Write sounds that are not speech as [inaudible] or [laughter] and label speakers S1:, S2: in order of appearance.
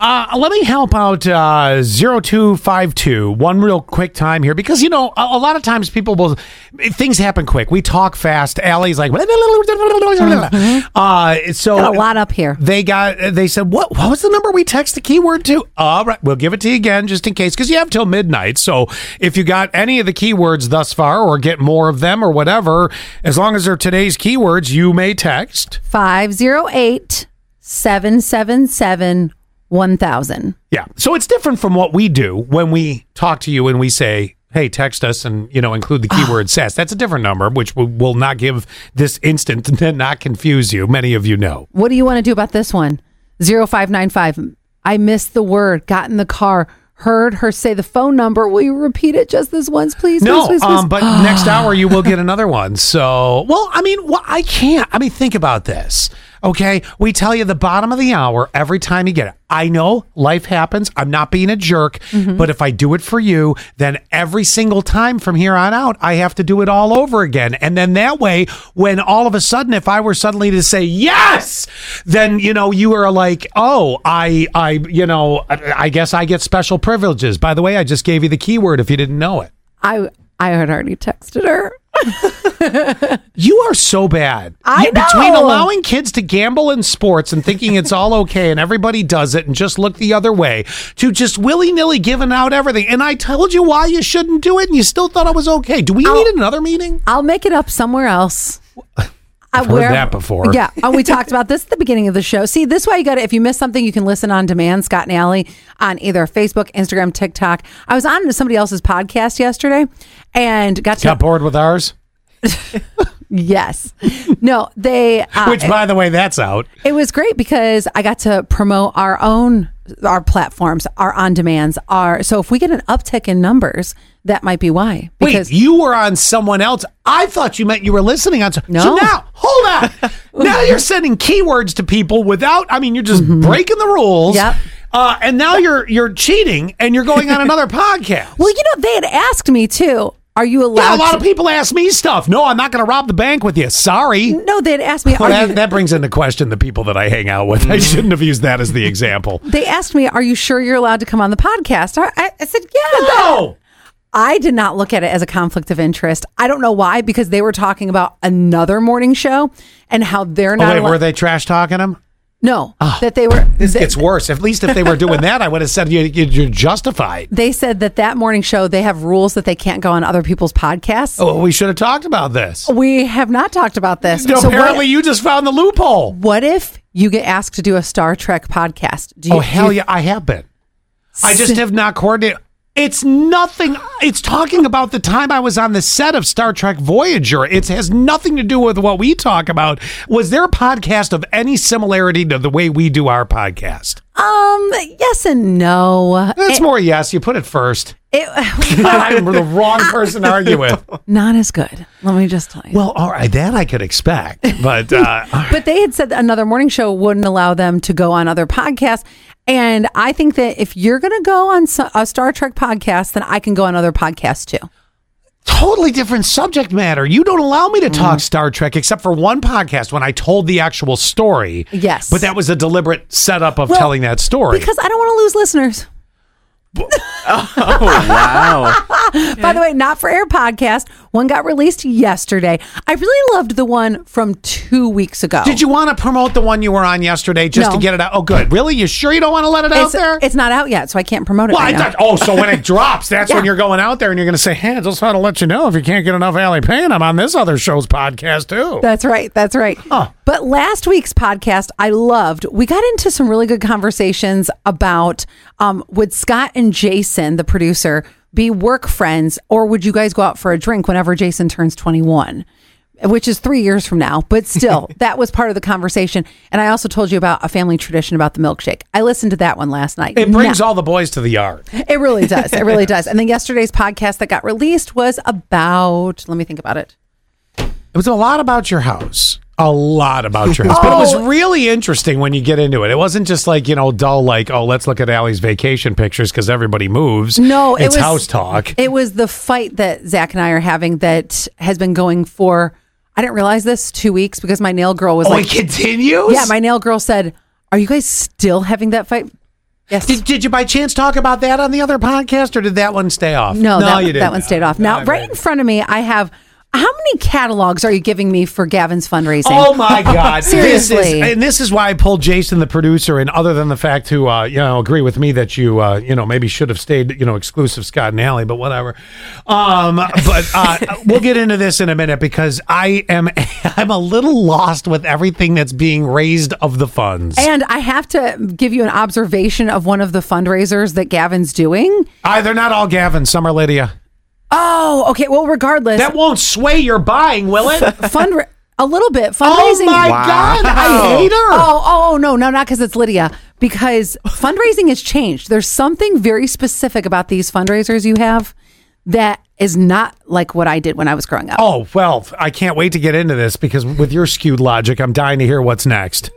S1: Uh, let me help out uh, 0252. One real quick time here because, you know, a, a lot of times people will, things happen quick. We talk fast. Allie's like, uh, so
S2: Got a lot up here.
S1: they got they said what what was the number we text the keyword to all right we'll give it to you again just in case because you have till midnight so if you got any of the keywords thus far or get more of them or whatever as long as they're today's keywords you may text
S2: 508 777 1000.
S1: yeah so it's different from what we do when we talk to you and we say hey text us and you know include the keyword sess that's a different number which we will not give this instant [laughs] and not confuse you many of you know
S2: What do you want to do about this one? 0595. I missed the word, got in the car, heard her say the phone number. Will you repeat it just this once, please?
S1: No,
S2: please, please, please?
S1: um, but next hour you will get another one. So, well, I mean, well, I can't. I mean, think about this. Okay, we tell you the bottom of the hour every time you get it. I know life happens. I'm not being a jerk, but if I do it for you, then every single time from here on out, I have to do it all over again. And then that way, when all of a sudden, if I were suddenly to say yes, then you know you are like, oh, I, I, you know, I, I guess I get special privileges. By the way, I just gave you the keyword if you didn't know it.
S2: I, I had already texted her.
S1: You are so bad.
S2: I
S1: You- Between
S2: know.
S1: allowing kids to gamble in sports and thinking it's all [laughs] okay and everybody does it and just look the other way to just willy nilly giving out everything. And I told you why you shouldn't do it and you still thought I was okay. Do we need another meeting?
S2: I'll make it up somewhere else. I've
S1: heard that before.
S2: Yeah. Oh, we talked about this at the beginning of the show. See, this way you got to, if you miss something, you can listen on demand, Scott and Allie, on either Facebook, Instagram, TikTok. I was on somebody else's podcast yesterday and got to,
S1: Got bored with ours?
S2: yes. No,
S1: [laughs]
S2: they, uh,
S1: Which, by the way, that's out.
S2: It was great because I got to promote our own our platforms, our on demands, our so if we get an uptick in numbers, that might be why. Because
S1: Wait, you were on someone else. I thought you meant you were listening on. some- So
S2: No.
S1: now, hold
S2: [laughs]
S1: on. now you're sending keywords to people without. I mean, you're just breaking the rules.
S2: Mm-hmm. Yep.
S1: Uh, and now you're you're cheating, and you're going on another [laughs] podcast.
S2: well, you know, they had asked me too, are you
S1: Yeah,
S2: allowed
S1: a lot
S2: to,
S1: of people ask me stuff. No, I'm not going to rob the bank with you. Sorry.
S2: No, they had asked me,
S1: Well,
S2: are you
S1: that, that brings into question the people that I hang out with. I shouldn't have used that as the example.
S2: [laughs] they asked me, are you sure you're allowed to come on the podcast? I, I- I said, yeah.
S1: No.
S2: I did not look at it as a conflict of interest. I don't know why, because they were talking about another morning show and how they're
S1: Oh,
S2: not.
S1: wait,
S2: allo-
S1: were they trash talking him?
S2: No, that they were.
S1: This gets worse. At least if they were doing that, I would have said you, you- you're justified.
S2: they said that that morning show they have rules that they can't go on other people's podcasts.
S1: Oh, we should have talked about this.
S2: We have not talked about this.
S1: No,
S2: So what-
S1: apparently, you just found the loophole.
S2: what, if you get asked to do a Star Trek podcast? Do you,
S1: Oh hell
S2: do you-
S1: yeah, I have been. I just have not coordinated. It's nothing. It's talking about the time I was on the set of Star Trek Voyager. It has nothing to do with what we talk about. Was their podcast of any similarity to the way we do our podcast?
S2: Um, yes and no.
S1: That's more yes. You put it first. [laughs]
S2: It, [sighs]
S1: I'm the
S2: [laughs]
S1: wrong person to argue with.
S2: not as good. Let me just tell you.
S1: Well, all right, that I could expect, but
S2: [laughs]
S1: uh,
S2: but they had said that another morning show wouldn't allow them to go on other podcasts. And I think that if you're going to go on so- a Star Trek podcast, then I can go on other podcasts too.
S1: totally different subject matter. You don't allow me to
S2: Mm-hmm.
S1: talk Star Trek except for one podcast when I told the actual story.
S2: Yes.
S1: But that was a deliberate setup of
S2: Well,
S1: telling that story.
S2: Because I don't want to lose listeners.
S3: Oh wow!
S2: By the way, not for air podcast. One got released yesterday. I really loved the one from two weeks ago.
S1: [laughs] Did you want to promote the one you were on yesterday just
S2: No.
S1: to get it out? Oh, good. Really? You sure you don't want to let it out
S2: It's,
S1: there?
S2: it's not out yet, so I can't promote it.
S1: well,
S2: right
S1: I
S2: now.
S1: thought, oh, so when
S2: [laughs]
S1: it drops, that's when
S2: Yeah.
S1: you're going out there and you're going to say, hey, I just want to let you know if you can't get enough Allie Payne, I'm on this other show's podcast too.
S2: That's right. That's right. But last week's podcast, I loved. We got into some really good conversations about um, would Scott and Jason, the producer, be work friends, or would you guys go out for a drink whenever Jason turns 21? Which is three years from now,
S1: [laughs]
S2: but still, that was part of the conversation. And I also told you about a family tradition about the milkshake. I listened to that one last night.
S1: it brings
S2: Now-
S1: all the boys to the yard.
S2: it really does. It
S1: [laughs]
S2: really does. And then yesterday's podcast that got released was about. Let me think about it.
S1: It was a lot about your house. A lot about your house. But it
S2: [laughs] Oh.
S1: was really interesting when you get into it. It wasn't just like, you know, dull, like, oh, let's look at Allie's vacation pictures because everybody moves.
S2: No,
S1: it's
S2: it was
S1: house talk.
S2: It was the fight that Zach and I are having that has been going for. I didn't realize this two weeks because my nail girl was
S1: oh,
S2: like,
S1: it continues?
S2: "Yeah." My nail girl said, "Are you guys still having that fight?" Yes.
S1: Did, did you by chance talk about that on the other podcast, or did that one stay off?
S2: No, that,
S1: you didn't.
S2: that one stayed off.
S1: No,
S2: Now,
S1: I
S2: right
S1: read.
S2: in front of me, I have how many catalogs are you giving me for Gavin's fundraising?
S1: Oh
S2: [laughs]
S1: my God! this is,
S2: Seriously.
S1: and this is why I pulled Jason, the producer, and other than the fact who uh, you know agree with me that you uh, you know maybe should have stayed you know exclusive Scott and Allie, but whatever. Um, but uh,
S2: [laughs]
S1: we'll get into this in a minute because I am [laughs] I'm a little lost with everything that's being raised of the funds.
S2: And I have to give you an observation of one of the fundraisers that Gavin's doing.
S1: Ah, they're not all Gavin. Some are Lydia.
S2: Oh, okay. Well, regardless,
S1: That won't sway your buying, will it?
S2: [laughs] fundra- a little bit
S1: oh
S2: fundraising.
S1: my
S3: Wow.
S1: God! I hate her.
S2: Oh, oh, oh, no, no, not because it's Lydia. Because fundraising has changed. There's something very specific about these fundraisers you have that is not like what I did when I was growing up.
S1: Oh, well, I can't wait to get into this because with your skewed logic, I'm dying to hear what's next.